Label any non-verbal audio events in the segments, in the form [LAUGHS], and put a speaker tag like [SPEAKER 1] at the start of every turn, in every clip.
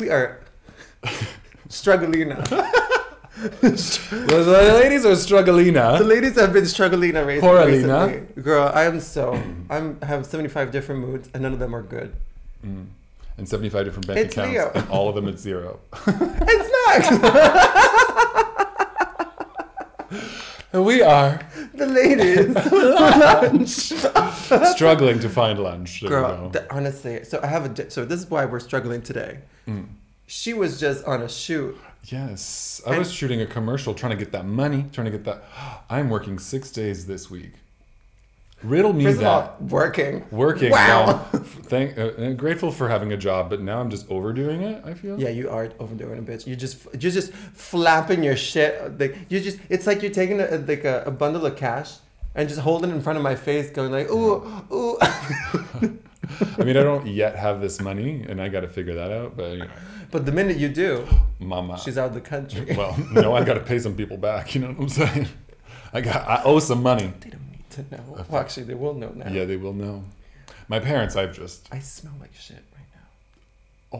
[SPEAKER 1] we are struggling now. the
[SPEAKER 2] The ladies are struggling. huh?
[SPEAKER 1] ladies have been struggling at race
[SPEAKER 2] Horalina.
[SPEAKER 1] recently. Girl, I am so I'm I have seventy five different moods and none of them are good.
[SPEAKER 2] Mm. And 75 different bank
[SPEAKER 1] It's
[SPEAKER 2] accounts,
[SPEAKER 1] Leo.
[SPEAKER 2] and all of them at zero.
[SPEAKER 1] It's not
[SPEAKER 2] And [LAUGHS] we are
[SPEAKER 1] [LAUGHS] the ladies.
[SPEAKER 2] [LAUGHS] struggling to find lunch. you
[SPEAKER 1] Girl,
[SPEAKER 2] know.
[SPEAKER 1] th- honestly, so I have a di- so this is why we're struggling today.
[SPEAKER 2] Mm.
[SPEAKER 1] She was just on a shoot.
[SPEAKER 2] Yes, I
[SPEAKER 1] And-
[SPEAKER 2] was shooting a commercial trying to get that money, trying to get that. [GASPS] I'm working six days this week. Riddle me
[SPEAKER 1] First
[SPEAKER 2] that.
[SPEAKER 1] of all, working.
[SPEAKER 2] Working.
[SPEAKER 1] Wow. [LAUGHS]
[SPEAKER 2] now. Thank, uh, uh, grateful for having a job, but now I'm just overdoing it. I feel.
[SPEAKER 1] Yeah, you are overdoing a bitch. You just you're just flapping your shit. Like you just it's like you're taking a, like a, a bundle of cash and just holding it in front of my face, going like ooh
[SPEAKER 2] Mm-hmm.
[SPEAKER 1] ooh.
[SPEAKER 2] I mean, I don't yet have this money, and I got to figure that out. But you know,
[SPEAKER 1] But the minute you
[SPEAKER 2] [GASPS]
[SPEAKER 1] do,
[SPEAKER 2] mama.
[SPEAKER 1] she's out of the country.
[SPEAKER 2] well, no, I got to pay some people back. You know what I'm saying? [LAUGHS] I got. I owe some money.
[SPEAKER 1] [LAUGHS] They don't need to know. Well, actually, they will know now.
[SPEAKER 2] Yeah, they will know. My parents, I've just
[SPEAKER 1] I smell like shit right now.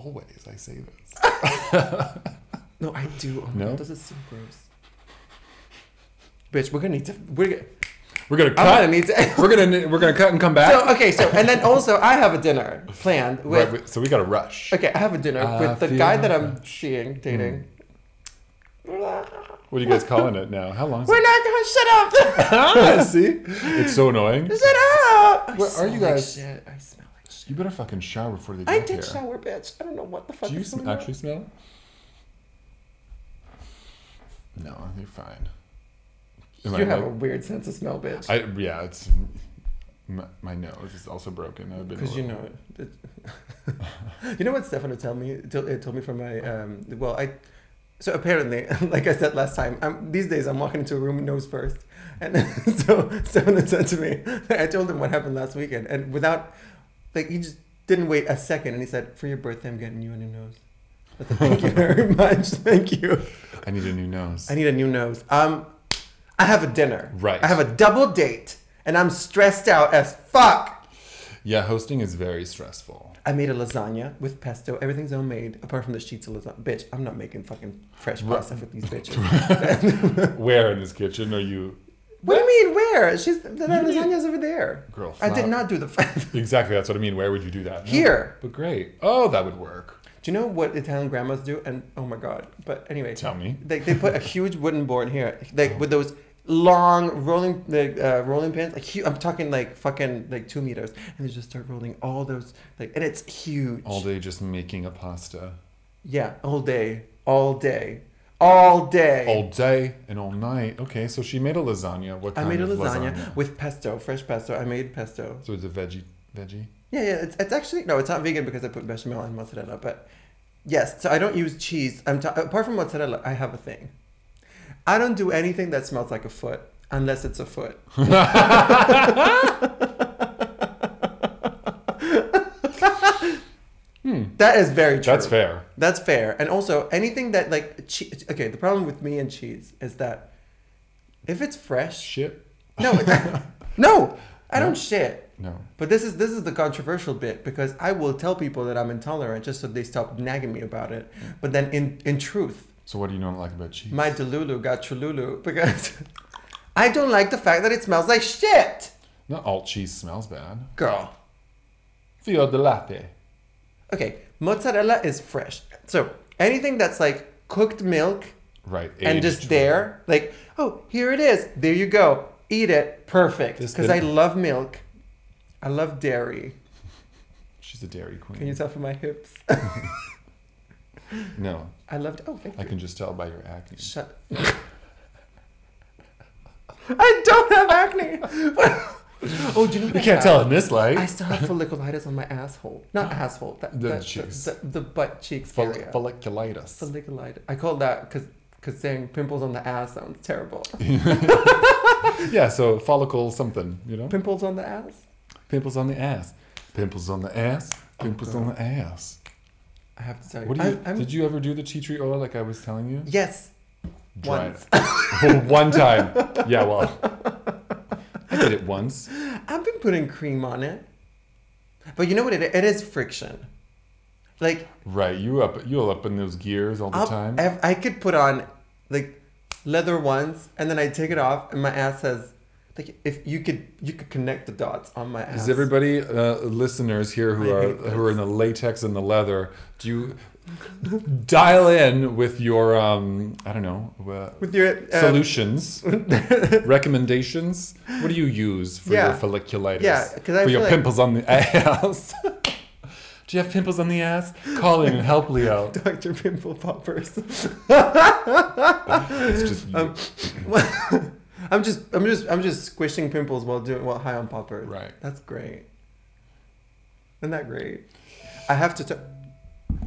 [SPEAKER 2] always. I say this.
[SPEAKER 1] No, I do. Oh,
[SPEAKER 2] No?
[SPEAKER 1] no, this is so gross. Bitch, we're gonna need to. We're gonna,
[SPEAKER 2] We're gonna
[SPEAKER 1] I'm gonna
[SPEAKER 2] cut.
[SPEAKER 1] need to. [LAUGHS]
[SPEAKER 2] We're gonna we're gonna cut and come back.
[SPEAKER 1] so okay, so and then also I have a dinner planned
[SPEAKER 2] Right,
[SPEAKER 1] with.
[SPEAKER 2] we- so we got to rush.
[SPEAKER 1] Okay, I have a dinner
[SPEAKER 2] I
[SPEAKER 1] with the
[SPEAKER 2] feel
[SPEAKER 1] guy that
[SPEAKER 2] like Hmm.
[SPEAKER 1] I'm seeing dating.
[SPEAKER 2] What are you guys calling it now? How long? Is
[SPEAKER 1] We're not gonna shut up. [LAUGHS]
[SPEAKER 2] [LAUGHS] it? See, it's so annoying.
[SPEAKER 1] shut up. I
[SPEAKER 2] Where are
[SPEAKER 1] smell
[SPEAKER 2] you
[SPEAKER 1] like
[SPEAKER 2] guys?
[SPEAKER 1] shit. I smell like shit.
[SPEAKER 2] You better fucking shower before they get
[SPEAKER 1] I
[SPEAKER 2] here.
[SPEAKER 1] did shower, bitch. I don't know what the fuck
[SPEAKER 2] Do you
[SPEAKER 1] is
[SPEAKER 2] sm-
[SPEAKER 1] going on.
[SPEAKER 2] actually smell? No, you're fine. Am
[SPEAKER 1] You have a
[SPEAKER 2] like-
[SPEAKER 1] weird sense of smell, bitch.
[SPEAKER 2] I- yeah, it's my, my nose is also broken. I've been
[SPEAKER 1] Because you
[SPEAKER 2] over-
[SPEAKER 1] know, it, [LAUGHS] you know what Stefano told me. Told, it told me from my um, well, I so apparently, [LAUGHS] like I said last time, I'm, these days I'm walking into a room nose first, and [LAUGHS] so Stefano said to me, I told him what happened last weekend, and without like he just didn't wait a second, and he said, "For your birthday, I'm getting you a new nose." I said, Thank you
[SPEAKER 2] [LAUGHS]
[SPEAKER 1] very much. Thank you.
[SPEAKER 2] I need a new nose.
[SPEAKER 1] I need a new nose. Um, I have a dinner.
[SPEAKER 2] Right.
[SPEAKER 1] I have a double date, and I'm stressed out as fuck.
[SPEAKER 2] yeah, hosting is very stressful.
[SPEAKER 1] I made a lasagna with pesto. Everything's homemade, apart from the sheets of lasagna. Bitch, I'm not making fucking fresh
[SPEAKER 2] Right.
[SPEAKER 1] pasta with these
[SPEAKER 2] [LAUGHS]
[SPEAKER 1] bitches.
[SPEAKER 2] Where in this kitchen are you?
[SPEAKER 1] what do you mean? Where? She's the
[SPEAKER 2] did-
[SPEAKER 1] lasagna's over there.
[SPEAKER 2] Girl,
[SPEAKER 1] I did
[SPEAKER 2] flour-
[SPEAKER 1] not do the [LAUGHS]
[SPEAKER 2] Exactly, that's what I mean. Where would you do that? No,
[SPEAKER 1] here.
[SPEAKER 2] But great. Oh, that would work.
[SPEAKER 1] Do you know what Italian grandmas do? And oh my god! But anyway,
[SPEAKER 2] Tell me.
[SPEAKER 1] they, they
[SPEAKER 2] [LAUGHS]
[SPEAKER 1] put a huge wooden board here, like with those long rolling like, uh, rolling pins. Like hu- I'm talking like fucking like two meters, and they just start rolling all those like, and it's huge.
[SPEAKER 2] All day just making a pasta.
[SPEAKER 1] Yeah, all day, all day, all day.
[SPEAKER 2] All day and all night. Okay, so she made a lasagna. What
[SPEAKER 1] I
[SPEAKER 2] kind
[SPEAKER 1] made a
[SPEAKER 2] of
[SPEAKER 1] lasagna, with pesto, fresh pesto. I made pesto.
[SPEAKER 2] so it's a veggie veggie.
[SPEAKER 1] Yeah, yeah. It's, it's actually no, it's not vegan because I put bechamel and mozzarella. But yes, so I don't use cheese. I'm ta- apart from mozzarella, I have a thing. I don't do anything that smells like a foot unless it's a foot.
[SPEAKER 2] [LAUGHS]
[SPEAKER 1] [LAUGHS]
[SPEAKER 2] Hmm.
[SPEAKER 1] That is very true.
[SPEAKER 2] That's fair.
[SPEAKER 1] That's fair. And also anything that like cheese. Okay, the problem with me and cheese is that if it's fresh,
[SPEAKER 2] Shit. [LAUGHS]
[SPEAKER 1] no, no, I
[SPEAKER 2] No?
[SPEAKER 1] don't shit.
[SPEAKER 2] No.
[SPEAKER 1] But this is this is the controversial bit because I will tell people that I'm intolerant just so they stop nagging me about it. But then in in truth,
[SPEAKER 2] So what do you not like about cheese?
[SPEAKER 1] my Delulu got Cholulu [LAUGHS] because I don't like the fact that it smells like shit.
[SPEAKER 2] Not all cheese smells bad.
[SPEAKER 1] Girl.
[SPEAKER 2] Fior de latte.
[SPEAKER 1] Okay, mozzarella is fresh. So anything that's like cooked milk
[SPEAKER 2] Right.
[SPEAKER 1] and
[SPEAKER 2] aged.
[SPEAKER 1] just there, like, oh, here it is. There you go. Eat it. Perfect.
[SPEAKER 2] This
[SPEAKER 1] Because
[SPEAKER 2] bit-
[SPEAKER 1] I love milk. I love dairy.
[SPEAKER 2] She's a dairy queen.
[SPEAKER 1] Can you tell from my hips? [LAUGHS]
[SPEAKER 2] No,
[SPEAKER 1] I loved oh thank you.
[SPEAKER 2] I can just tell by your acne.
[SPEAKER 1] Shut. [LAUGHS] I don't have acne. [LAUGHS] oh, do you know? What I have?
[SPEAKER 2] in this
[SPEAKER 1] I
[SPEAKER 2] light.
[SPEAKER 1] still have folliculitis on my asshole.
[SPEAKER 2] [LAUGHS]
[SPEAKER 1] Not asshole. That,
[SPEAKER 2] The
[SPEAKER 1] that-
[SPEAKER 2] cheeks.
[SPEAKER 1] The, the butt cheeks
[SPEAKER 2] Fol-
[SPEAKER 1] area.
[SPEAKER 2] folliculitis.
[SPEAKER 1] folliculitis. I call that because because saying pimples on the ass sounds
[SPEAKER 2] [LAUGHS]
[SPEAKER 1] terrible.
[SPEAKER 2] yeah, so follicle something, you know?
[SPEAKER 1] Pimples on the ass.
[SPEAKER 2] Pimples on the ass. Pimples on the ass. Pimples on the ass.
[SPEAKER 1] I have to tell you.
[SPEAKER 2] What do you,
[SPEAKER 1] I'm- I'm-
[SPEAKER 2] did you ever do the tea tree oil like I was telling [LAUGHS] you?
[SPEAKER 1] Yes.
[SPEAKER 2] Dried.
[SPEAKER 1] Once. [LAUGHS]
[SPEAKER 2] Oh, One time. Yeah, well. I did it once.
[SPEAKER 1] I've been putting cream on it. But you know what it is? It is friction. Like
[SPEAKER 2] Right, you up, you all up in those gears all the
[SPEAKER 1] I'll-
[SPEAKER 2] time.
[SPEAKER 1] ev- I could put on like leather once, and then I take it off, and my ass has like if you could you could connect the dots on my ass.
[SPEAKER 2] Is everybody uh, listeners here who
[SPEAKER 1] I
[SPEAKER 2] are
[SPEAKER 1] hate
[SPEAKER 2] who are in the latex and the leather? Do you dial in with your um, I don't know uh,
[SPEAKER 1] with your um, [LAUGHS]
[SPEAKER 2] solutions, recommendations? What do you use for
[SPEAKER 1] Yeah.
[SPEAKER 2] your folliculitis?
[SPEAKER 1] Yeah, 'cause I
[SPEAKER 2] for your
[SPEAKER 1] feel like-
[SPEAKER 2] pimples on the [LAUGHS] ass. do you have pimples on the ass? Call in and help Leo.
[SPEAKER 1] Dr. Pimple Poppers. [LAUGHS]
[SPEAKER 2] It's just you.
[SPEAKER 1] Um, I'm just I'm just I'm just squishing pimples while doing while high on poppers.
[SPEAKER 2] Right.
[SPEAKER 1] That's great. Isn't that great? I have to. T-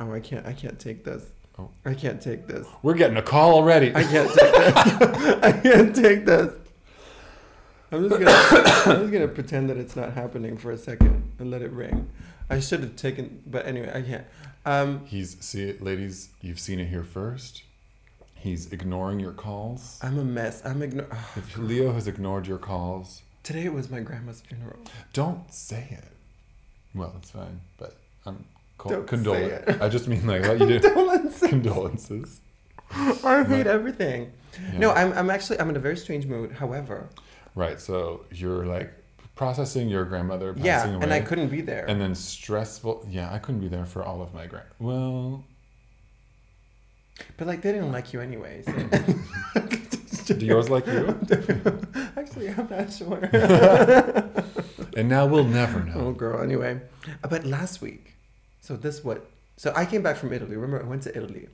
[SPEAKER 1] oh, I can't. I can't take this.
[SPEAKER 2] Oh.
[SPEAKER 1] I can't take this.
[SPEAKER 2] We're getting a call already.
[SPEAKER 1] I can't take this. [LAUGHS] I can't take this. I'm just gonna I'm just gonna pretend that it's not happening for a second and let it ring. I should have taken, but anyway, I can't. Um,
[SPEAKER 2] He's see, ladies, you've seen it here first. He's ignoring your calls.
[SPEAKER 1] I'm a mess. I'm igno- [SIGHS]
[SPEAKER 2] If Leo has ignored your calls,
[SPEAKER 1] Today it was my grandma's funeral.
[SPEAKER 2] don't say it. Well, it's fine, but um, co-
[SPEAKER 1] Don't
[SPEAKER 2] condole
[SPEAKER 1] say
[SPEAKER 2] it. I just mean
[SPEAKER 1] [LAUGHS]
[SPEAKER 2] like let Oh, you do
[SPEAKER 1] Dolan's
[SPEAKER 2] condolences.
[SPEAKER 1] I hate everything.
[SPEAKER 2] Yeah.
[SPEAKER 1] No, I'm, I'm actually I'm in a very strange mood. However,
[SPEAKER 2] Right. So you're like processing your grandmother passing
[SPEAKER 1] yeah,
[SPEAKER 2] away,
[SPEAKER 1] and I couldn't be there.
[SPEAKER 2] and then stressful. Yeah, I couldn't be there for all of my grand. Well,
[SPEAKER 1] but like they didn't like you anyway.
[SPEAKER 2] [LAUGHS]
[SPEAKER 1] [LAUGHS] So.
[SPEAKER 2] do yours like
[SPEAKER 1] [LAUGHS]
[SPEAKER 2] you?
[SPEAKER 1] actually, I'm not sure.
[SPEAKER 2] [LAUGHS] And now we'll never
[SPEAKER 1] oh,
[SPEAKER 2] know.
[SPEAKER 1] girl. Anyway, Uh, but last week, so this what? So I came back from Italy. Remember, I went to Italy,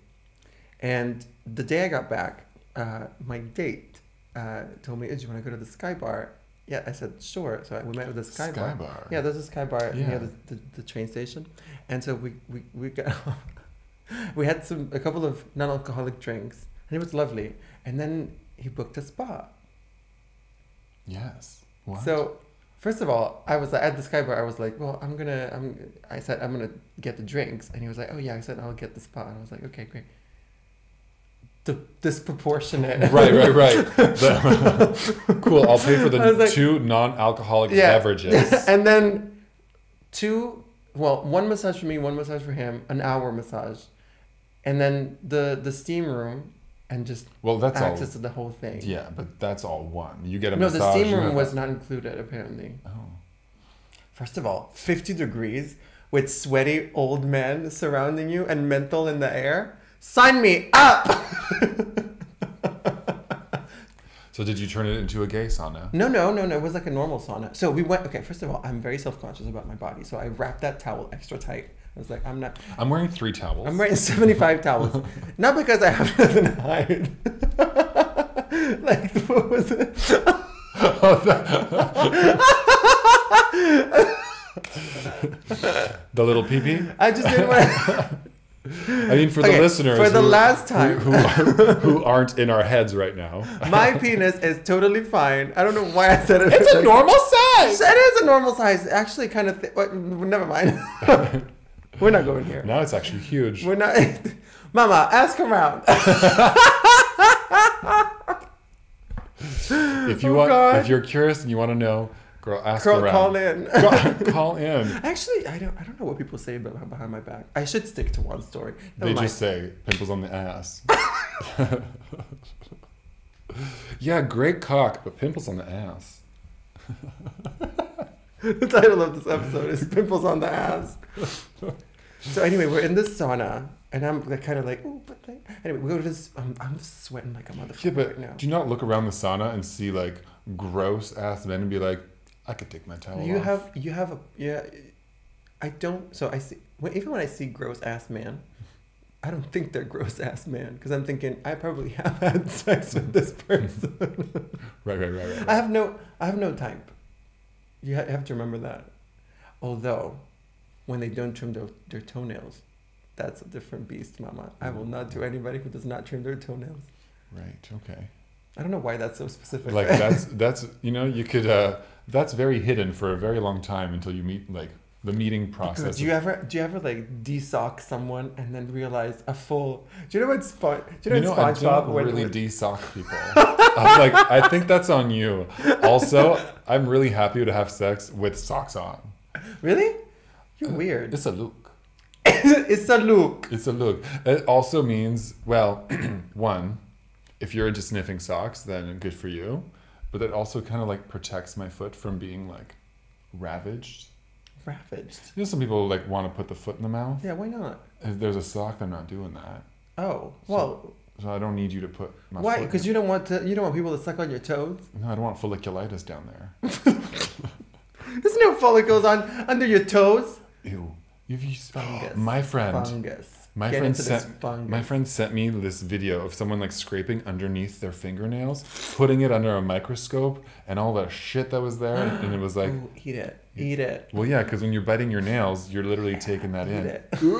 [SPEAKER 1] and the day I got back, uh, my date uh, told me, "Oh, "Do you want to go to the Sky Bar?" Yeah, I said sure. So I- we met at the Sky, Bar.
[SPEAKER 2] Bar.
[SPEAKER 1] Yeah, there's a sky bar
[SPEAKER 2] Yeah.
[SPEAKER 1] near the, the, the train station, and so we we, we got [LAUGHS] we had some a couple of non-alcoholic drinks, and it was lovely. And then he booked a spa.
[SPEAKER 2] Yes. What?
[SPEAKER 1] So first of all, I was like, at the sky bar. I was like, well, I'm gonna I'm I said I'm gonna get the drinks, and he was like, oh yeah, I said I'll get the spa, and I was like, okay, great. D- disproportionate.
[SPEAKER 2] [LAUGHS] right,
[SPEAKER 1] [LAUGHS]
[SPEAKER 2] right, right. The- cool. I'll pay for
[SPEAKER 1] I
[SPEAKER 2] the
[SPEAKER 1] was like-
[SPEAKER 2] two non-alcoholic beverages.
[SPEAKER 1] [LAUGHS] and then two, well, one massage for me, one massage for him, an hour massage, and then the the steam room, and just
[SPEAKER 2] Well, that's all.
[SPEAKER 1] access to the whole thing.
[SPEAKER 2] Yeah, but that's all one. You get a
[SPEAKER 1] No,
[SPEAKER 2] massage.
[SPEAKER 1] the steam
[SPEAKER 2] you
[SPEAKER 1] room
[SPEAKER 2] have-
[SPEAKER 1] was not included apparently.
[SPEAKER 2] Oh.
[SPEAKER 1] First of all, fifty degrees with sweaty old men surrounding you and menthol in the air. Sign me up.
[SPEAKER 2] So did you turn it into a gay sauna?
[SPEAKER 1] No, no, no, no. It was like a normal sauna. So we went. Okay, first of all, I'm very self conscious about my body, so I wrapped that towel extra tight. I was like, I'm not.
[SPEAKER 2] I'm wearing three towels.
[SPEAKER 1] I'm wearing 75
[SPEAKER 2] [LAUGHS]
[SPEAKER 1] towels. Not because I have nothing to hide. [LAUGHS] like, what was it?
[SPEAKER 2] [LAUGHS] the little pee pee.
[SPEAKER 1] I just didn't want
[SPEAKER 2] [LAUGHS]
[SPEAKER 1] to.
[SPEAKER 2] I mean, for
[SPEAKER 1] Okay,
[SPEAKER 2] the listeners,
[SPEAKER 1] for the
[SPEAKER 2] who-
[SPEAKER 1] last time.
[SPEAKER 2] who, who, are, who aren't in our heads right
[SPEAKER 1] [LAUGHS]
[SPEAKER 2] now.
[SPEAKER 1] My penis is totally fine. I don't know why I said it.
[SPEAKER 2] It's a normal
[SPEAKER 1] size. It is a normal size. Actually, kind of. Th- but, never
[SPEAKER 2] [LAUGHS]
[SPEAKER 1] mind. We're not going here.
[SPEAKER 2] Now it's actually huge.
[SPEAKER 1] We're not. [LAUGHS] Mama, ask around.
[SPEAKER 2] If you
[SPEAKER 1] Oh,
[SPEAKER 2] want,
[SPEAKER 1] God.
[SPEAKER 2] if you're curious and you want to know, girl, ask
[SPEAKER 1] Girl,
[SPEAKER 2] around.
[SPEAKER 1] call
[SPEAKER 2] [LAUGHS]
[SPEAKER 1] in. Oh
[SPEAKER 2] Call, call in.
[SPEAKER 1] [LAUGHS] Actually, I don't. I don't know what people say about behind my back. I should stick to one story. Never
[SPEAKER 2] They
[SPEAKER 1] mind.
[SPEAKER 2] just say pimples on the ass. [LAUGHS] yeah, great cock, but pimples on the ass.
[SPEAKER 1] [LAUGHS] the title of this episode is pimples on the
[SPEAKER 2] [LAUGHS]
[SPEAKER 1] ass so anyway we're in this sauna and i'm like, kind of like oh but like anyway we go to this i'm, I'm sweating like a motherfucker
[SPEAKER 2] Yeah, but
[SPEAKER 1] right now
[SPEAKER 2] do you not look around the sauna and see like gross ass men and be like, I could take my towel
[SPEAKER 1] you
[SPEAKER 2] off. [LAUGHS]
[SPEAKER 1] have you have a yeah i don't so i see when, even when i see gross ass man i don't think they're gross ass man because i'm thinking i probably [LAUGHS] have had sex with this person
[SPEAKER 2] right, right, right, right.
[SPEAKER 1] I
[SPEAKER 2] right.
[SPEAKER 1] have no I have no type. You ha- have to remember that. Although, when they don't trim their, their toenails, that's a different beast, Mama. I will not do anybody who does not trim their toenails.
[SPEAKER 2] Right. Okay.
[SPEAKER 1] I don't know why that's so specific.
[SPEAKER 2] Like that's that's you know you could uh that's very hidden for a very long time until you meet like the meeting process.
[SPEAKER 1] Do you ever do you ever like desock someone and then realize a full? Do you know what Spon- Do you know,
[SPEAKER 2] know, I
[SPEAKER 1] what SpongeBob
[SPEAKER 2] don't
[SPEAKER 1] when
[SPEAKER 2] really
[SPEAKER 1] when-
[SPEAKER 2] de-sock people. [LAUGHS] I'm like, I think that's on you. Also, I'm really happy to have sex with socks on.
[SPEAKER 1] really? You're weird.
[SPEAKER 2] Uh, It's a look.
[SPEAKER 1] [LAUGHS] it's a look.
[SPEAKER 2] It's a look. It also means, well, [CLEARS THROAT] one, if you're into sniffing socks, then good for you. But that also kind of like protects my foot from being like ravaged.
[SPEAKER 1] Ravaged.
[SPEAKER 2] You know, some people like want to put the foot in the mouth.
[SPEAKER 1] Yeah, why not?
[SPEAKER 2] If there's a sock, I'm not doing that.
[SPEAKER 1] Oh, well,
[SPEAKER 2] So I don't need you to put my
[SPEAKER 1] why?
[SPEAKER 2] foot.
[SPEAKER 1] Because you don't want to, you don't want people to suck on your toes.
[SPEAKER 2] No, I don't want folliculitis down there.
[SPEAKER 1] [LAUGHS] There's no follicles on under your toes.
[SPEAKER 2] Ew. If you, Oh,
[SPEAKER 1] Fungus.
[SPEAKER 2] my friend.
[SPEAKER 1] Fungus.
[SPEAKER 2] My
[SPEAKER 1] Get
[SPEAKER 2] friend
[SPEAKER 1] into this
[SPEAKER 2] sent
[SPEAKER 1] fungus.
[SPEAKER 2] my friend sent me this video of someone like scraping underneath their fingernails, putting it under a microscope, and all the shit that was there, and it was like,
[SPEAKER 1] Ooh, eat it. Eat it.
[SPEAKER 2] well, yeah, because when you're biting your nails, you're literally taking that
[SPEAKER 1] Eat
[SPEAKER 2] in. [LAUGHS]
[SPEAKER 1] it. you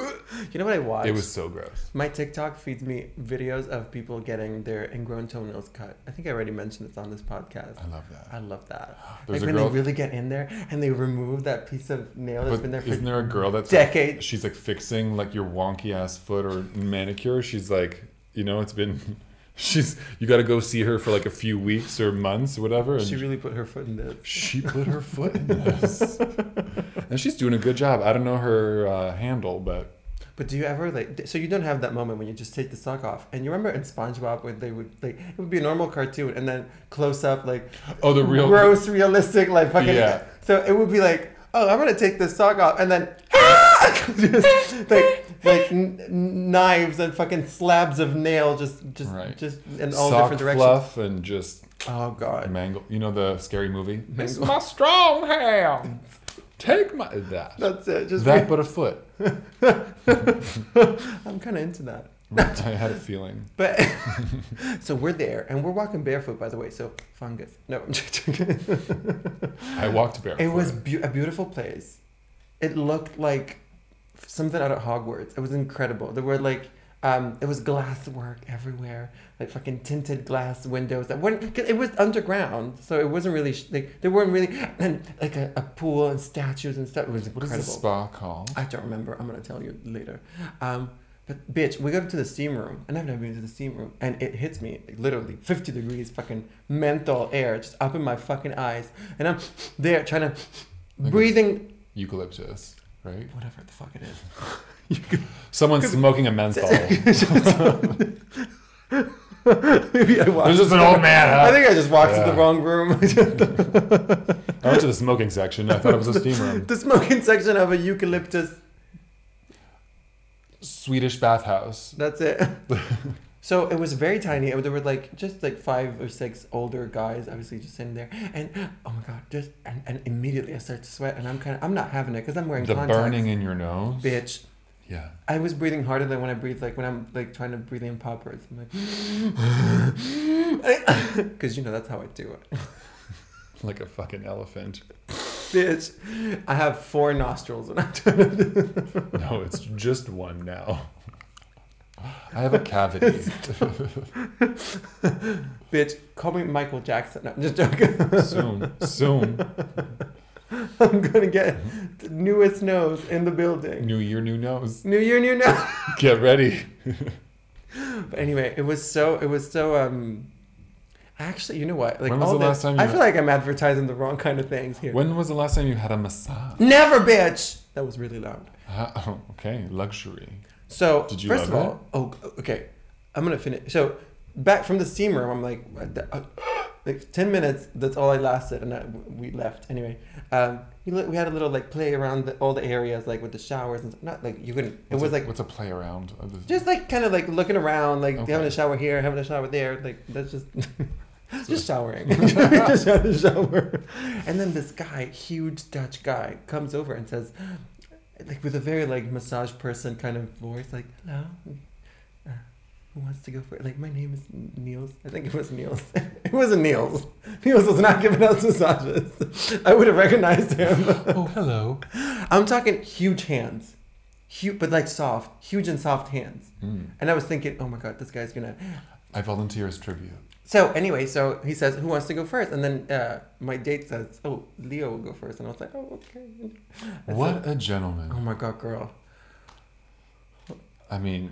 [SPEAKER 1] know what I watched?
[SPEAKER 2] It was so gross.
[SPEAKER 1] My TikTok feeds me videos of people getting their ingrown toenails cut. I think I already mentioned this on this podcast.
[SPEAKER 2] I love that.
[SPEAKER 1] I love that.
[SPEAKER 2] There's
[SPEAKER 1] like
[SPEAKER 2] a
[SPEAKER 1] when
[SPEAKER 2] girl-
[SPEAKER 1] they really get in there and they remove that piece of nail that's
[SPEAKER 2] But
[SPEAKER 1] been there
[SPEAKER 2] isn't
[SPEAKER 1] for
[SPEAKER 2] there a girl that's Like,
[SPEAKER 1] decades.
[SPEAKER 2] she's like fixing like your wonky ass foot or manicure? She's like, you know, it's been. [LAUGHS] She's you got to go see her for like a few weeks or months or whatever. And
[SPEAKER 1] She really put her foot in this.
[SPEAKER 2] She put her foot
[SPEAKER 1] [LAUGHS]
[SPEAKER 2] in this. and she's doing a good job. I don't know her uh, handle, but
[SPEAKER 1] But do you ever like? d- So you don't have that moment when you just take the sock off. And you remember in SpongeBob when they would like it would be a normal cartoon and then close up like
[SPEAKER 2] oh, the real
[SPEAKER 1] gross realistic like fucking.
[SPEAKER 2] Yeah.
[SPEAKER 1] So it would be like, oh, I'm gonna take this sock off, and then [LAUGHS] just like like n- n- knives and fucking slabs of nail just just
[SPEAKER 2] Right.
[SPEAKER 1] just in all
[SPEAKER 2] sock
[SPEAKER 1] different directions.
[SPEAKER 2] fluff and just
[SPEAKER 1] Oh god.
[SPEAKER 2] mangle. You know the scary movie. It's
[SPEAKER 1] Mangle.
[SPEAKER 2] my strong hand. Take my that
[SPEAKER 1] That's it. Just
[SPEAKER 2] that, but a foot.
[SPEAKER 1] I'm kind of into that.
[SPEAKER 2] I had a feeling.
[SPEAKER 1] But [LAUGHS] so we're there, and we're walking barefoot, by the way. So fungus. No, I'm joking.
[SPEAKER 2] I walked barefoot.
[SPEAKER 1] It was beau a beautiful place. It looked like something out of Hogwarts. It was incredible. There were like, um, it was glass work everywhere, like fucking tinted glass windows that weren't. Cause it was underground, so it wasn't really sh- like they weren't really [CLEARS THROAT] and like a, a pool and statues and stuff. It was
[SPEAKER 2] What is
[SPEAKER 1] incredible.
[SPEAKER 2] the spa called?
[SPEAKER 1] I don't remember. I'm gonna tell you later. Um, but bitch, we go to the steam room, and I've never been to the steam room, and it hits me like, literally 50 degrees fucking menthol air just up in my fucking eyes, and I'm there trying to
[SPEAKER 2] Like a-
[SPEAKER 1] breathing
[SPEAKER 2] Eucalyptus, right?
[SPEAKER 1] whatever the fuck it is.
[SPEAKER 2] Someone's smoking a menthol. There's
[SPEAKER 1] [LAUGHS] Maybe I walked.
[SPEAKER 2] just an old man. Huh?
[SPEAKER 1] I think I just walked to
[SPEAKER 2] Yeah.
[SPEAKER 1] the wrong room. [LAUGHS]
[SPEAKER 2] I went to the smoking section. I thought it was a steam room.
[SPEAKER 1] the smoking section of a eucalyptus.
[SPEAKER 2] Swedish bathhouse.
[SPEAKER 1] That's it. [LAUGHS] so it was very tiny. It- There were like just like five or six older guys, obviously just sitting there. And oh my god, just and, and immediately I start to sweat, and I'm kind of I'm not having it because I'm wearing
[SPEAKER 2] The
[SPEAKER 1] contacts.
[SPEAKER 2] burning in your nose.
[SPEAKER 1] bitch.
[SPEAKER 2] Yeah.
[SPEAKER 1] I was breathing harder than when I breathe like when I'm like trying to breathe in poppers. I'm [LAUGHS] like, because you know that's how I do it,
[SPEAKER 2] Like a fucking elephant.
[SPEAKER 1] bitch. I have four nostrils and I'm
[SPEAKER 2] No, it's just one now. I have
[SPEAKER 1] [LAUGHS]
[SPEAKER 2] a cavity. [LAUGHS]
[SPEAKER 1] bitch. Call me Michael Jackson. No, I'm just joking. [LAUGHS]
[SPEAKER 2] soon. Soon.
[SPEAKER 1] I'm gonna get the newest nose in the building.
[SPEAKER 2] New year, new nose.
[SPEAKER 1] New year, new nose.
[SPEAKER 2] Get ready.
[SPEAKER 1] But anyway, it was so it was so um actually you know what? Like
[SPEAKER 2] When was
[SPEAKER 1] all
[SPEAKER 2] the
[SPEAKER 1] this,
[SPEAKER 2] last time you
[SPEAKER 1] I feel
[SPEAKER 2] had-
[SPEAKER 1] like I'm advertising the wrong kind of things here.
[SPEAKER 2] When was the last time you had a massage?
[SPEAKER 1] Never bitch. That was really loud.
[SPEAKER 2] Uh, oh, okay, luxury.
[SPEAKER 1] So
[SPEAKER 2] Did you
[SPEAKER 1] first of
[SPEAKER 2] love
[SPEAKER 1] all, oh okay. I'm gonna finish so back from the steam room, I'm like what the- uh, like ten minutes. That's all I lasted, and I, we left anyway. Um, we, li- we had a little like play around the, all the areas, like with the showers and not like you couldn't. It
[SPEAKER 2] What's
[SPEAKER 1] was
[SPEAKER 2] a-
[SPEAKER 1] like
[SPEAKER 2] what's a play around? of this-
[SPEAKER 1] just like kind of like looking around, like
[SPEAKER 2] Okay.
[SPEAKER 1] having a shower here, having a shower there. Like that's just [LAUGHS] just [LAUGHS] showering. just had [LAUGHS] a shower. And then this guy, huge Dutch guy, comes over and says, like with a very like massage person kind of voice, like, "Hello, uh, who wants to go for it?" Like, my name is Niels. I think it was Niels. [LAUGHS] it wasn't Niels. Niels was not giving us massages. [LAUGHS] I would have recognized him. [LAUGHS]
[SPEAKER 2] oh, hello.
[SPEAKER 1] I'm talking huge hands, huge, but like soft, huge and soft hands.
[SPEAKER 2] Mm.
[SPEAKER 1] And I was thinking, oh my god, this guy's gonna.
[SPEAKER 2] I volunteer as tribute.
[SPEAKER 1] So anyway, so he says, who wants to go first? And then uh, my date says, oh, Leo will go first. And I was like, oh, okay. And
[SPEAKER 2] What
[SPEAKER 1] so- oh
[SPEAKER 2] a gentleman.
[SPEAKER 1] my god, girl.
[SPEAKER 2] I mean,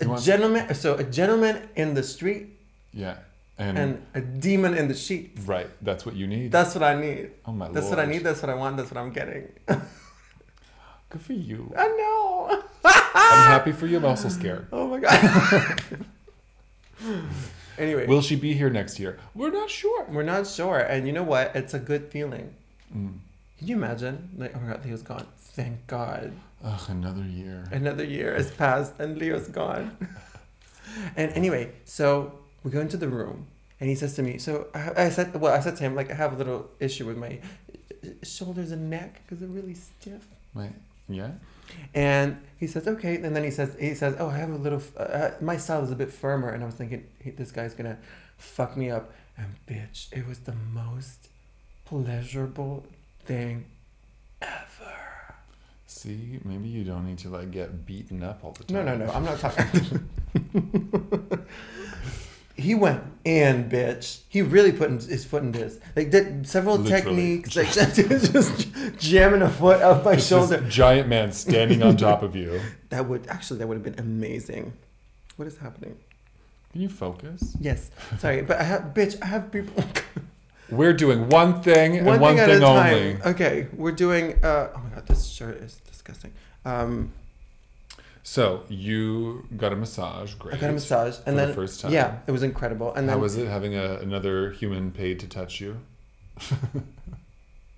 [SPEAKER 1] A
[SPEAKER 2] you want-
[SPEAKER 1] gentleman. So a gentleman in the street
[SPEAKER 2] yeah. And,
[SPEAKER 1] and a demon in the sheet.
[SPEAKER 2] right, that's what you need.
[SPEAKER 1] That's what I need.
[SPEAKER 2] oh, my
[SPEAKER 1] That's
[SPEAKER 2] lord.
[SPEAKER 1] what I need. That's what I want. That's what I'm getting.
[SPEAKER 2] Good for you.
[SPEAKER 1] [LAUGHS] I know. Ah!
[SPEAKER 2] I'm happy for you. I'm also scared.
[SPEAKER 1] Oh my god. [LAUGHS] anyway,
[SPEAKER 2] Will she be here next year? We're not sure.
[SPEAKER 1] we're not sure, and you know what? It's a good feeling.
[SPEAKER 2] Mm.
[SPEAKER 1] Can you imagine? Like, oh my god, Leo's gone. Thank God.
[SPEAKER 2] Ugh, another year.
[SPEAKER 1] Another year has passed and Leo's gone. [LAUGHS] and anyway, so we go into the room and he says to me, so I, I said, well, I said to him, like, I have a little issue with my uh, shoulders and neck because they're really stiff.
[SPEAKER 2] Wait, yeah?
[SPEAKER 1] And he says, okay. And then he says, he says, oh, I have a little, f- uh, my style is a bit firmer. And I was thinking, he, this guy's going to fuck me up. And bitch, it was the most pleasurable thing ever.
[SPEAKER 2] See, maybe you don't need to like get beaten up all the
[SPEAKER 1] No,
[SPEAKER 2] time.
[SPEAKER 1] no, no. I'm not talking.
[SPEAKER 2] [LAUGHS]
[SPEAKER 1] he went in, bitch. He really put in- his foot in this. Like did several
[SPEAKER 2] Literally.
[SPEAKER 1] techniques, like [LAUGHS] just jamming a foot up my
[SPEAKER 2] Just this
[SPEAKER 1] shoulder.
[SPEAKER 2] giant man standing on top
[SPEAKER 1] [LAUGHS]
[SPEAKER 2] of you.
[SPEAKER 1] That would actually that would have been amazing. What is happening?
[SPEAKER 2] Can you focus?
[SPEAKER 1] Yes, sorry, but I have, bitch, I have people. [LAUGHS]
[SPEAKER 2] We're doing one thing and one thing, only.
[SPEAKER 1] Okay, we're doing. Uh, oh my god, this shirt is disgusting. Um,
[SPEAKER 2] So you got a massage. Great.
[SPEAKER 1] I got a massage,
[SPEAKER 2] for
[SPEAKER 1] and then
[SPEAKER 2] the first time.
[SPEAKER 1] yeah, it was incredible. And then
[SPEAKER 2] How was it having a, another human paid to touch you?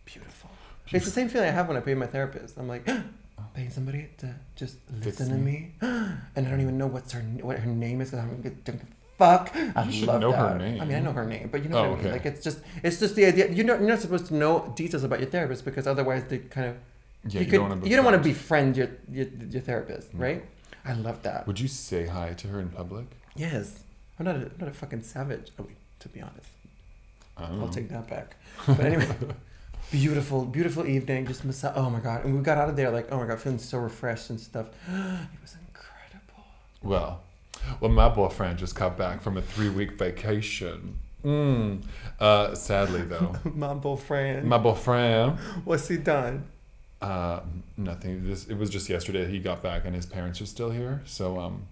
[SPEAKER 1] beautiful. It's the same feeling I have when I pay my therapist. I'm like, [GASPS] paying somebody to just
[SPEAKER 2] Fix
[SPEAKER 1] listen to me, [GASPS] and I don't even know what's her what her name is because I don't give a fuck. I
[SPEAKER 2] You should
[SPEAKER 1] love
[SPEAKER 2] know her
[SPEAKER 1] that. I mean, I
[SPEAKER 2] name.
[SPEAKER 1] know her name, but you know
[SPEAKER 2] Oh,
[SPEAKER 1] what I mean.
[SPEAKER 2] okay.
[SPEAKER 1] Like it's just it's just the idea. You're not you're not supposed to know details about your therapist because otherwise they kind of you,
[SPEAKER 2] Yeah, you,
[SPEAKER 1] could,
[SPEAKER 2] don't want to.
[SPEAKER 1] you don't want to befriend your your, your therapist,
[SPEAKER 2] No.
[SPEAKER 1] right? I love that.
[SPEAKER 2] Would you say hi to her in public?
[SPEAKER 1] Yes, I'm not a, I'm not a fucking savage. I mean, to be honest.
[SPEAKER 2] I don't
[SPEAKER 1] I'll
[SPEAKER 2] know.
[SPEAKER 1] take that back. But anyway, [LAUGHS] beautiful, beautiful evening. Just massa Oh my god! And we got out of there like, oh my god, feeling so refreshed and stuff. [GASPS] It was incredible.
[SPEAKER 2] Well, well, my boyfriend just got back from a three-week vacation. Mm. Uh,
[SPEAKER 1] [LAUGHS]
[SPEAKER 2] sadly, though,
[SPEAKER 1] [LAUGHS] my boyfriend,
[SPEAKER 2] my boyfriend.
[SPEAKER 1] what's he done?
[SPEAKER 2] Uh, nothing. This it was just yesterday. He got back, and his parents are still here. So um,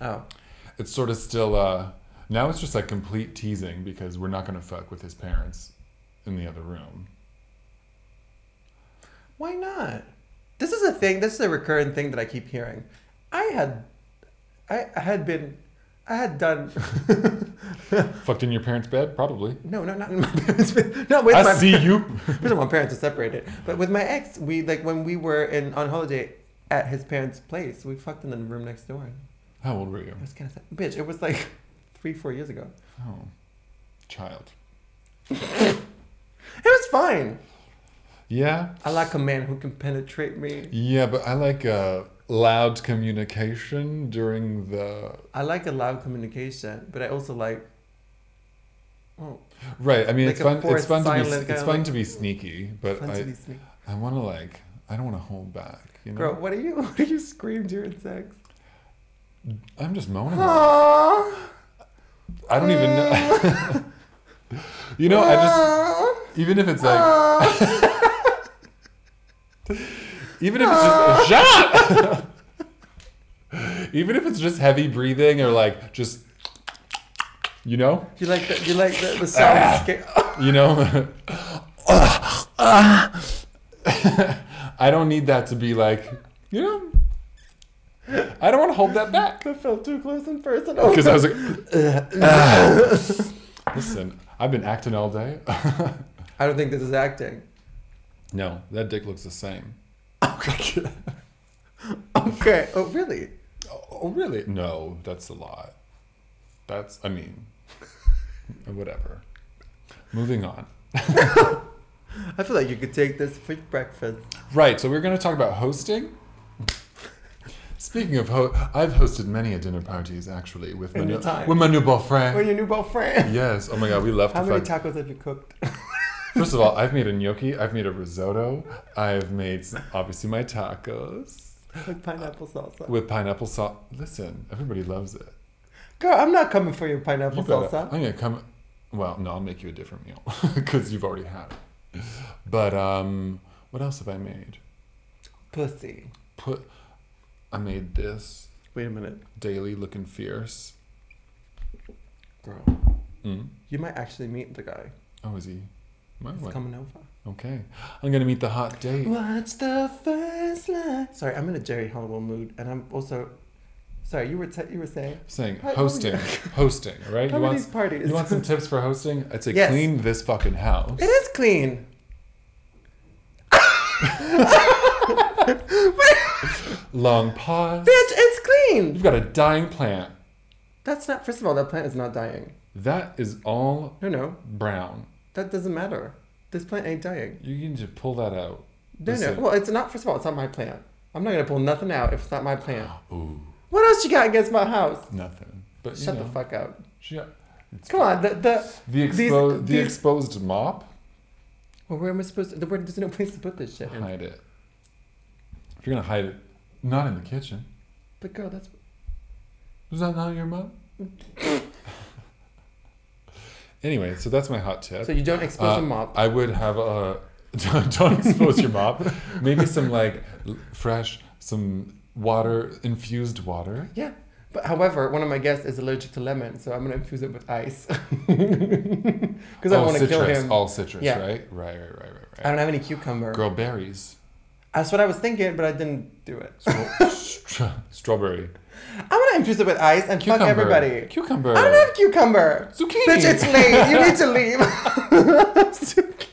[SPEAKER 1] Oh,
[SPEAKER 2] it's sort of still uh now it's just like complete teasing because we're not gonna fuck with his parents in the other room
[SPEAKER 1] why not? This is a thing. This is a recurrent thing that I keep hearing. I had, I, I had been, I had [LAUGHS] done.
[SPEAKER 2] fucked in your parents bed probably
[SPEAKER 1] No, no, not in my [LAUGHS] parents. Not with
[SPEAKER 2] i
[SPEAKER 1] my
[SPEAKER 2] see
[SPEAKER 1] [LAUGHS]
[SPEAKER 2] you
[SPEAKER 1] First of all, my parents are separated. But with my ex, we like when we were in on holiday at his parents' place, we fucked in the room next door.
[SPEAKER 2] how old were you
[SPEAKER 1] It was kind of sad. Bitch, it was like [LAUGHS] three, four years ago.
[SPEAKER 2] oh child
[SPEAKER 1] It was fine.
[SPEAKER 2] yeah
[SPEAKER 1] I like a man who can penetrate me.
[SPEAKER 2] yeah but i like uh loud communication during the
[SPEAKER 1] I like a loud communication, but I also like. Oh,
[SPEAKER 2] right i mean
[SPEAKER 1] Like
[SPEAKER 2] it's
[SPEAKER 1] a
[SPEAKER 2] fun it's
[SPEAKER 1] forced
[SPEAKER 2] fun to be
[SPEAKER 1] silence,
[SPEAKER 2] it's
[SPEAKER 1] kinda
[SPEAKER 2] fun
[SPEAKER 1] like-
[SPEAKER 2] to be sneaky but
[SPEAKER 1] fun to
[SPEAKER 2] i
[SPEAKER 1] be sneaky.
[SPEAKER 2] i want to like i don't want to hold back you know
[SPEAKER 1] Girl, what do you [LAUGHS] what do you scream during sex?
[SPEAKER 2] i'm just moaning a lot.
[SPEAKER 1] Aww.
[SPEAKER 2] i don't even
[SPEAKER 1] [LAUGHS]
[SPEAKER 2] know [LAUGHS] you know i just even if it's like [LAUGHS] Even if it's just shut up. [LAUGHS] Even if it's just heavy breathing or like just you know,
[SPEAKER 1] you like the, you like the, the sound sca- [LAUGHS]
[SPEAKER 2] you know. [LAUGHS] I don't need that to be like, you know. I don't want to hold that back
[SPEAKER 1] I felt too close in [LAUGHS] person. Oh,
[SPEAKER 2] because I was like, listen, I've been acting all day. [LAUGHS]
[SPEAKER 1] I don't think this is [LAUGHS] acting.
[SPEAKER 2] no, that dick looks the same.
[SPEAKER 1] Okay. [LAUGHS] Oh, really?
[SPEAKER 2] Oh, really? No, that's a lot. That's, I mean, [LAUGHS] whatever. Moving on.
[SPEAKER 1] I feel like you could take this for breakfast.
[SPEAKER 2] Right, so we're going to talk about hosting. Speaking of, ho- I've hosted many a dinner parties actually with my
[SPEAKER 1] In
[SPEAKER 2] new,
[SPEAKER 1] your time.
[SPEAKER 2] with my new
[SPEAKER 1] When
[SPEAKER 2] boyfriend.
[SPEAKER 1] your new [LAUGHS] boyfriend.
[SPEAKER 2] Yes. Oh my god, we love
[SPEAKER 1] How
[SPEAKER 2] to
[SPEAKER 1] many
[SPEAKER 2] fuck.
[SPEAKER 1] tacos have you [LAUGHS] cooked?
[SPEAKER 2] First of all, I've made a gnocchi. I've made a risotto. I've made s- obviously my tacos
[SPEAKER 1] With pineapple salsa.
[SPEAKER 2] with pineapple sauce. Listen, everybody loves it.
[SPEAKER 1] Girl, I'm not coming for your pineapple
[SPEAKER 2] You better-
[SPEAKER 1] salsa.
[SPEAKER 2] I'm gonna come. Well, no, I'll make you a different meal [LAUGHS] because you've already had it. But um, what else have I made?
[SPEAKER 1] Pussy.
[SPEAKER 2] Put. I made this
[SPEAKER 1] Wait a minute,
[SPEAKER 2] daily looking fierce.
[SPEAKER 1] girl.
[SPEAKER 2] Mm.
[SPEAKER 1] You might actually meet the guy.
[SPEAKER 2] Oh, is he? My
[SPEAKER 1] It's
[SPEAKER 2] one.
[SPEAKER 1] coming over.
[SPEAKER 2] Okay. I'm gonna meet the hot date.
[SPEAKER 1] What's the first line? Sorry, I'm in a Jerry Halliwell mood, and I'm also. Sorry, you were t- you were saying.
[SPEAKER 2] Saying
[SPEAKER 1] How- how
[SPEAKER 2] hosting, [LAUGHS] hosting, right?
[SPEAKER 1] How many
[SPEAKER 2] You want
[SPEAKER 1] these parties?
[SPEAKER 2] you want some tips for hosting? I'd say
[SPEAKER 1] Yes.
[SPEAKER 2] clean this fucking house.
[SPEAKER 1] It is clean.
[SPEAKER 2] Long
[SPEAKER 1] Bitch,
[SPEAKER 2] pause.
[SPEAKER 1] it's
[SPEAKER 2] You've
[SPEAKER 1] clean.
[SPEAKER 2] got a dying plant.
[SPEAKER 1] That's not. First of all, that plant is not dying.
[SPEAKER 2] That is all
[SPEAKER 1] No, no,
[SPEAKER 2] brown.
[SPEAKER 1] that doesn't matter. This plant ain't dying.
[SPEAKER 2] You need to pull that out.
[SPEAKER 1] No, no.
[SPEAKER 2] Listen.
[SPEAKER 1] Well, it's not. First of all, it's not my plant. I'm not gonna pull nothing out if it's not my plant.
[SPEAKER 2] Ooh,
[SPEAKER 1] What else you got against my house?
[SPEAKER 2] nothing. But you
[SPEAKER 1] Shut
[SPEAKER 2] know,
[SPEAKER 1] the fuck up.
[SPEAKER 2] she-
[SPEAKER 1] Come on. The the.
[SPEAKER 2] The expo-
[SPEAKER 1] These-
[SPEAKER 2] the
[SPEAKER 1] these-
[SPEAKER 2] exposed mop.
[SPEAKER 1] Well, where am I supposed to? Where, there's no place to put this shit. In.
[SPEAKER 2] Hide it. If you're gonna hide it, not in the kitchen.
[SPEAKER 1] But girl, that's
[SPEAKER 2] Was that not your mop? [LAUGHS] anyway, so that's my hot tip.
[SPEAKER 1] so you don't expose
[SPEAKER 2] Uh,
[SPEAKER 1] a mop.
[SPEAKER 2] I would have a [LAUGHS] don't, don't expose your mop. Maybe some like l- fresh, some water infused water.
[SPEAKER 1] Yeah. But however, one of my guests is allergic to lemon, so I'm gonna infuse it with ice. [LAUGHS] Because I
[SPEAKER 2] Oh,
[SPEAKER 1] want to kill
[SPEAKER 2] citrus,
[SPEAKER 1] him.
[SPEAKER 2] All citrus,
[SPEAKER 1] Yeah.
[SPEAKER 2] right? Right, right, right, right,
[SPEAKER 1] I
[SPEAKER 2] right.
[SPEAKER 1] don't have any cucumber.
[SPEAKER 2] Girl,
[SPEAKER 1] [LAUGHS]
[SPEAKER 2] berries,
[SPEAKER 1] That's what I was thinking, but I didn't do it.
[SPEAKER 2] Stra- stra- [LAUGHS] strawberry,
[SPEAKER 1] I'm gonna infuse it with ice and
[SPEAKER 2] cucumber,
[SPEAKER 1] fuck everybody.
[SPEAKER 2] cucumber,
[SPEAKER 1] I don't have cucumber.
[SPEAKER 2] zucchini.
[SPEAKER 1] Bitch, it's late. You need to
[SPEAKER 2] [LAUGHS]
[SPEAKER 1] leave. Zucchini.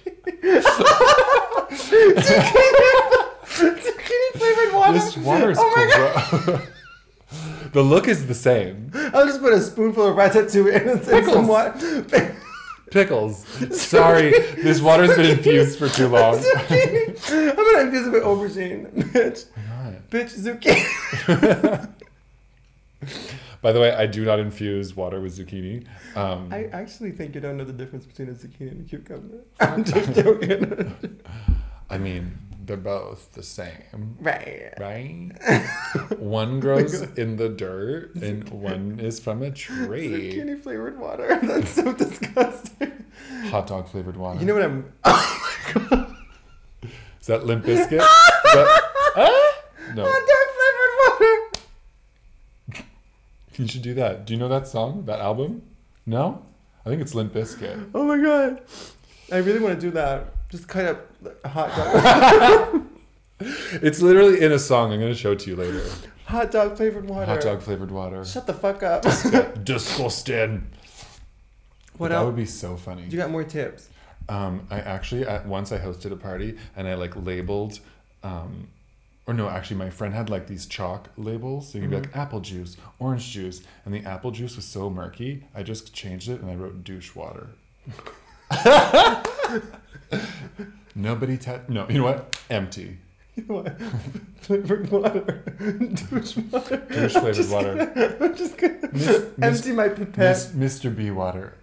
[SPEAKER 1] [LAUGHS] Zucchini. Zucchini flavored water.
[SPEAKER 2] This water is
[SPEAKER 1] oh my god.
[SPEAKER 2] gross. [LAUGHS] the look is the same.
[SPEAKER 1] I'll just put a spoonful of ratatouille in, in some
[SPEAKER 2] Pickles.
[SPEAKER 1] water.
[SPEAKER 2] Pickles. Sorry, this water's been infused for too long.
[SPEAKER 1] zucchini. I'm gonna infuse it with aubergine, bitch.
[SPEAKER 2] Right.
[SPEAKER 1] Bitch, zucchini.
[SPEAKER 2] [LAUGHS] By the way, I do not infuse water with zucchini. Um,
[SPEAKER 1] I actually think you don't know the difference between a zucchini and a cucumber. I'm just joking.
[SPEAKER 2] I mean, they're both the same,
[SPEAKER 1] right.
[SPEAKER 2] right?
[SPEAKER 1] [LAUGHS]
[SPEAKER 2] one grows in the dirt and one is from a tree.
[SPEAKER 1] Zucchini flavored water. [LAUGHS] That's so disgusting.
[SPEAKER 2] Hot dog flavored water.
[SPEAKER 1] You know what I'm? [LAUGHS] oh
[SPEAKER 2] is that
[SPEAKER 1] [LAUGHS]
[SPEAKER 2] Limp Biscuit? Is that- Ah! No,
[SPEAKER 1] Hot dog flavored water.
[SPEAKER 2] you should do that. Do you know that song, that album? No? I think it's Limp Biscuit.
[SPEAKER 1] Oh my god. I really want to do that. Just cut up a hot dog.
[SPEAKER 2] [LAUGHS] It's literally in a song. I'm going to show it to you later.
[SPEAKER 1] hot dog flavored water.
[SPEAKER 2] Hot dog flavored water.
[SPEAKER 1] Shut the fuck up.
[SPEAKER 2] Disgusting.
[SPEAKER 1] [LAUGHS] what
[SPEAKER 2] that
[SPEAKER 1] else?
[SPEAKER 2] would be so funny.
[SPEAKER 1] You got more tips? [LAUGHS]
[SPEAKER 2] Um, I actually at once I hosted a party and I like labeled, um, or no, actually my friend had like these chalk labels. So you could be like apple juice, orange juice, and the apple juice was so murky. I just changed it and I wrote douche water. Nobody ta- no, you know what? Empty.
[SPEAKER 1] You know what? [LAUGHS] flavored water. [LAUGHS] Douche water.
[SPEAKER 2] Douche
[SPEAKER 1] I'm
[SPEAKER 2] flavored
[SPEAKER 1] just
[SPEAKER 2] water.
[SPEAKER 1] gonna- [LAUGHS] I'm just gonna
[SPEAKER 2] Miss, miss,
[SPEAKER 1] empty my pipette.
[SPEAKER 2] miss, Mr. B water.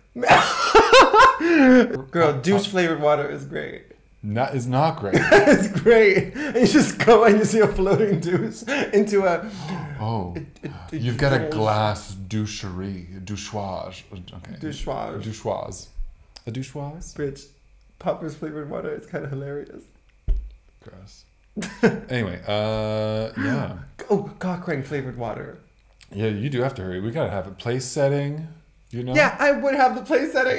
[SPEAKER 1] Girl, douche flavored water is great.
[SPEAKER 2] Not is not great.
[SPEAKER 1] [LAUGHS] it's great. And you just go and you see a floating douche into a.
[SPEAKER 2] Oh,
[SPEAKER 1] it- it
[SPEAKER 2] you've got a
[SPEAKER 1] goes-
[SPEAKER 2] glass doucherie, douchoage. Okay. A
[SPEAKER 1] Douchoir.
[SPEAKER 2] douchoise. A douchoise?
[SPEAKER 1] Bitch, poppers flavored water is kind of hilarious.
[SPEAKER 2] Gross. [LAUGHS] anyway, uh, [GASPS] yeah.
[SPEAKER 1] Oh, cockring flavored water.
[SPEAKER 2] Yeah, you do have to hurry. We gotta have a place setting, you know?
[SPEAKER 1] Yeah, I [LAUGHS] would have the place setting.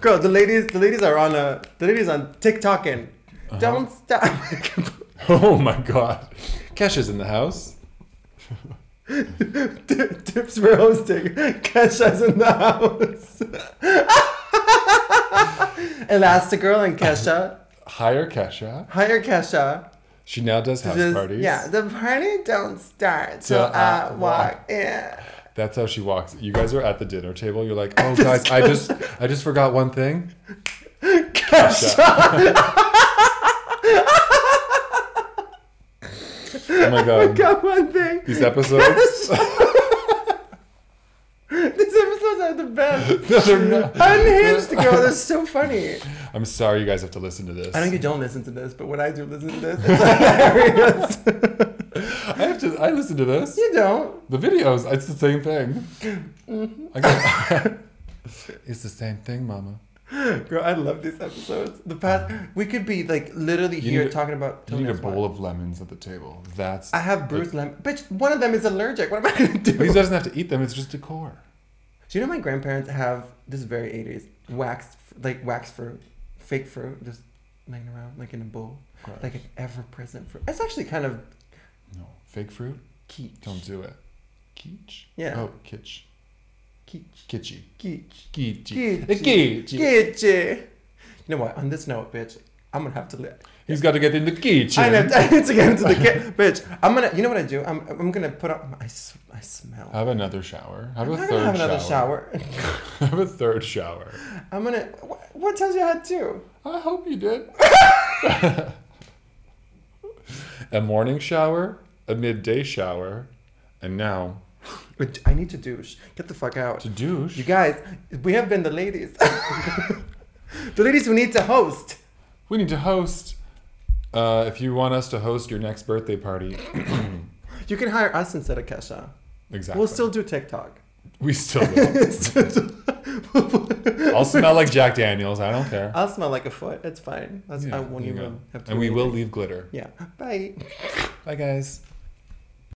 [SPEAKER 1] Girl, the ladies, the ladies are on a, the ladies on TikToking.
[SPEAKER 2] Uh-huh.
[SPEAKER 1] Don't stop.
[SPEAKER 2] [LAUGHS]
[SPEAKER 1] [LAUGHS]
[SPEAKER 2] Oh my god. Kesha's in the house.
[SPEAKER 1] T- tips for hosting. Catch us in the house. [LAUGHS] Elastigirl and Kesha.
[SPEAKER 2] Hire Kesha.
[SPEAKER 1] Hire Kesha.
[SPEAKER 2] She now does house
[SPEAKER 1] Just-
[SPEAKER 2] parties.
[SPEAKER 1] Yeah, the party don't start
[SPEAKER 2] Till
[SPEAKER 1] till I
[SPEAKER 2] I
[SPEAKER 1] walk in.
[SPEAKER 2] That's how she walks. You guys are at the dinner table. You're [LAUGHS] like, oh guys, I just I just forgot one [LAUGHS] thing.
[SPEAKER 1] Kesha.
[SPEAKER 2] [LAUGHS] Oh my
[SPEAKER 1] I [LAUGHS]
[SPEAKER 2] god.
[SPEAKER 1] got one thing.
[SPEAKER 2] These episodes. [LAUGHS]
[SPEAKER 1] [LAUGHS] These episodes are the best.
[SPEAKER 2] [LAUGHS] No, they're not.
[SPEAKER 1] Unhinged
[SPEAKER 2] [LAUGHS]
[SPEAKER 1] girl, that's so funny.
[SPEAKER 2] I'm sorry you guys have to listen to this.
[SPEAKER 1] I know
[SPEAKER 2] [LAUGHS]
[SPEAKER 1] you don't listen to this, but when I do listen to this, it's hilarious.
[SPEAKER 2] I have to I listen to
[SPEAKER 1] [LAUGHS]
[SPEAKER 2] this.
[SPEAKER 1] you don't.
[SPEAKER 2] The videos, it's the same thing. I got- [LAUGHS] it's the same thing, Mama.
[SPEAKER 1] Girl, I love these episodes. The past, we could be like literally
[SPEAKER 2] You
[SPEAKER 1] here
[SPEAKER 2] need a-
[SPEAKER 1] talking about.
[SPEAKER 2] You
[SPEAKER 1] till
[SPEAKER 2] need a
[SPEAKER 1] next
[SPEAKER 2] bowl
[SPEAKER 1] month.
[SPEAKER 2] of lemons at the table. That's
[SPEAKER 1] I have Bruce Lemon. Bitch, one of them is allergic. What am I gonna do?
[SPEAKER 2] But [LAUGHS] he doesn't have to eat them. It's just decor.
[SPEAKER 1] Do you know my grandparents have this is very 80s waxed f- like wax fruit, fake fruit, just laying around like in a bowl,
[SPEAKER 2] Gross.
[SPEAKER 1] like an ever-present fruit. It's actually kind of
[SPEAKER 2] no fake fruit.
[SPEAKER 1] kitsch.
[SPEAKER 2] Don't do it. Kitsch.
[SPEAKER 1] Yeah.
[SPEAKER 2] Oh, kitsch.
[SPEAKER 1] Kitsch.
[SPEAKER 2] Kitschy.
[SPEAKER 1] Kitsch.
[SPEAKER 2] Kitschy.
[SPEAKER 1] Kitschy.
[SPEAKER 2] Kitschy.
[SPEAKER 1] Kitschy. You know what? On this note, bitch, I'm gonna have to live.
[SPEAKER 2] He's got to get in the kitchen.
[SPEAKER 1] I know. I need to [LAUGHS] get into the kitchen, bitch. I'm gonna. You know what I do? I'm. I'm gonna put on. I, s- I smell.
[SPEAKER 2] Have another shower. Have
[SPEAKER 1] I'm
[SPEAKER 2] a
[SPEAKER 1] not
[SPEAKER 2] third
[SPEAKER 1] gonna have another
[SPEAKER 2] shower.
[SPEAKER 1] shower. [LAUGHS]
[SPEAKER 2] [LAUGHS] have a third shower.
[SPEAKER 1] I'm gonna. What, what tells you I had two?
[SPEAKER 2] I hope you did. [LAUGHS] a morning shower, a midday shower, and now
[SPEAKER 1] But I need to douche. Get the fuck out.
[SPEAKER 2] to douche.
[SPEAKER 1] You guys, we have been the
[SPEAKER 2] [LAUGHS]
[SPEAKER 1] ladies. the ladies who need to host.
[SPEAKER 2] we need to host. Uh, if you want us to host your next birthday party, [CLEARS THROAT]
[SPEAKER 1] You can hire us instead of Kesha.
[SPEAKER 2] exactly.
[SPEAKER 1] We'll still do
[SPEAKER 2] [LAUGHS]
[SPEAKER 1] TikTok.
[SPEAKER 2] We still. Will. I'll smell like Jack Daniels. I don't
[SPEAKER 1] [LAUGHS]
[SPEAKER 2] care.
[SPEAKER 1] I'll smell like a foot. It's fine. That's, I won't
[SPEAKER 2] there you
[SPEAKER 1] even
[SPEAKER 2] go.
[SPEAKER 1] have to.
[SPEAKER 2] And we
[SPEAKER 1] do
[SPEAKER 2] will
[SPEAKER 1] anything.
[SPEAKER 2] leave glitter.
[SPEAKER 1] Yeah. Bye.
[SPEAKER 2] Bye, guys.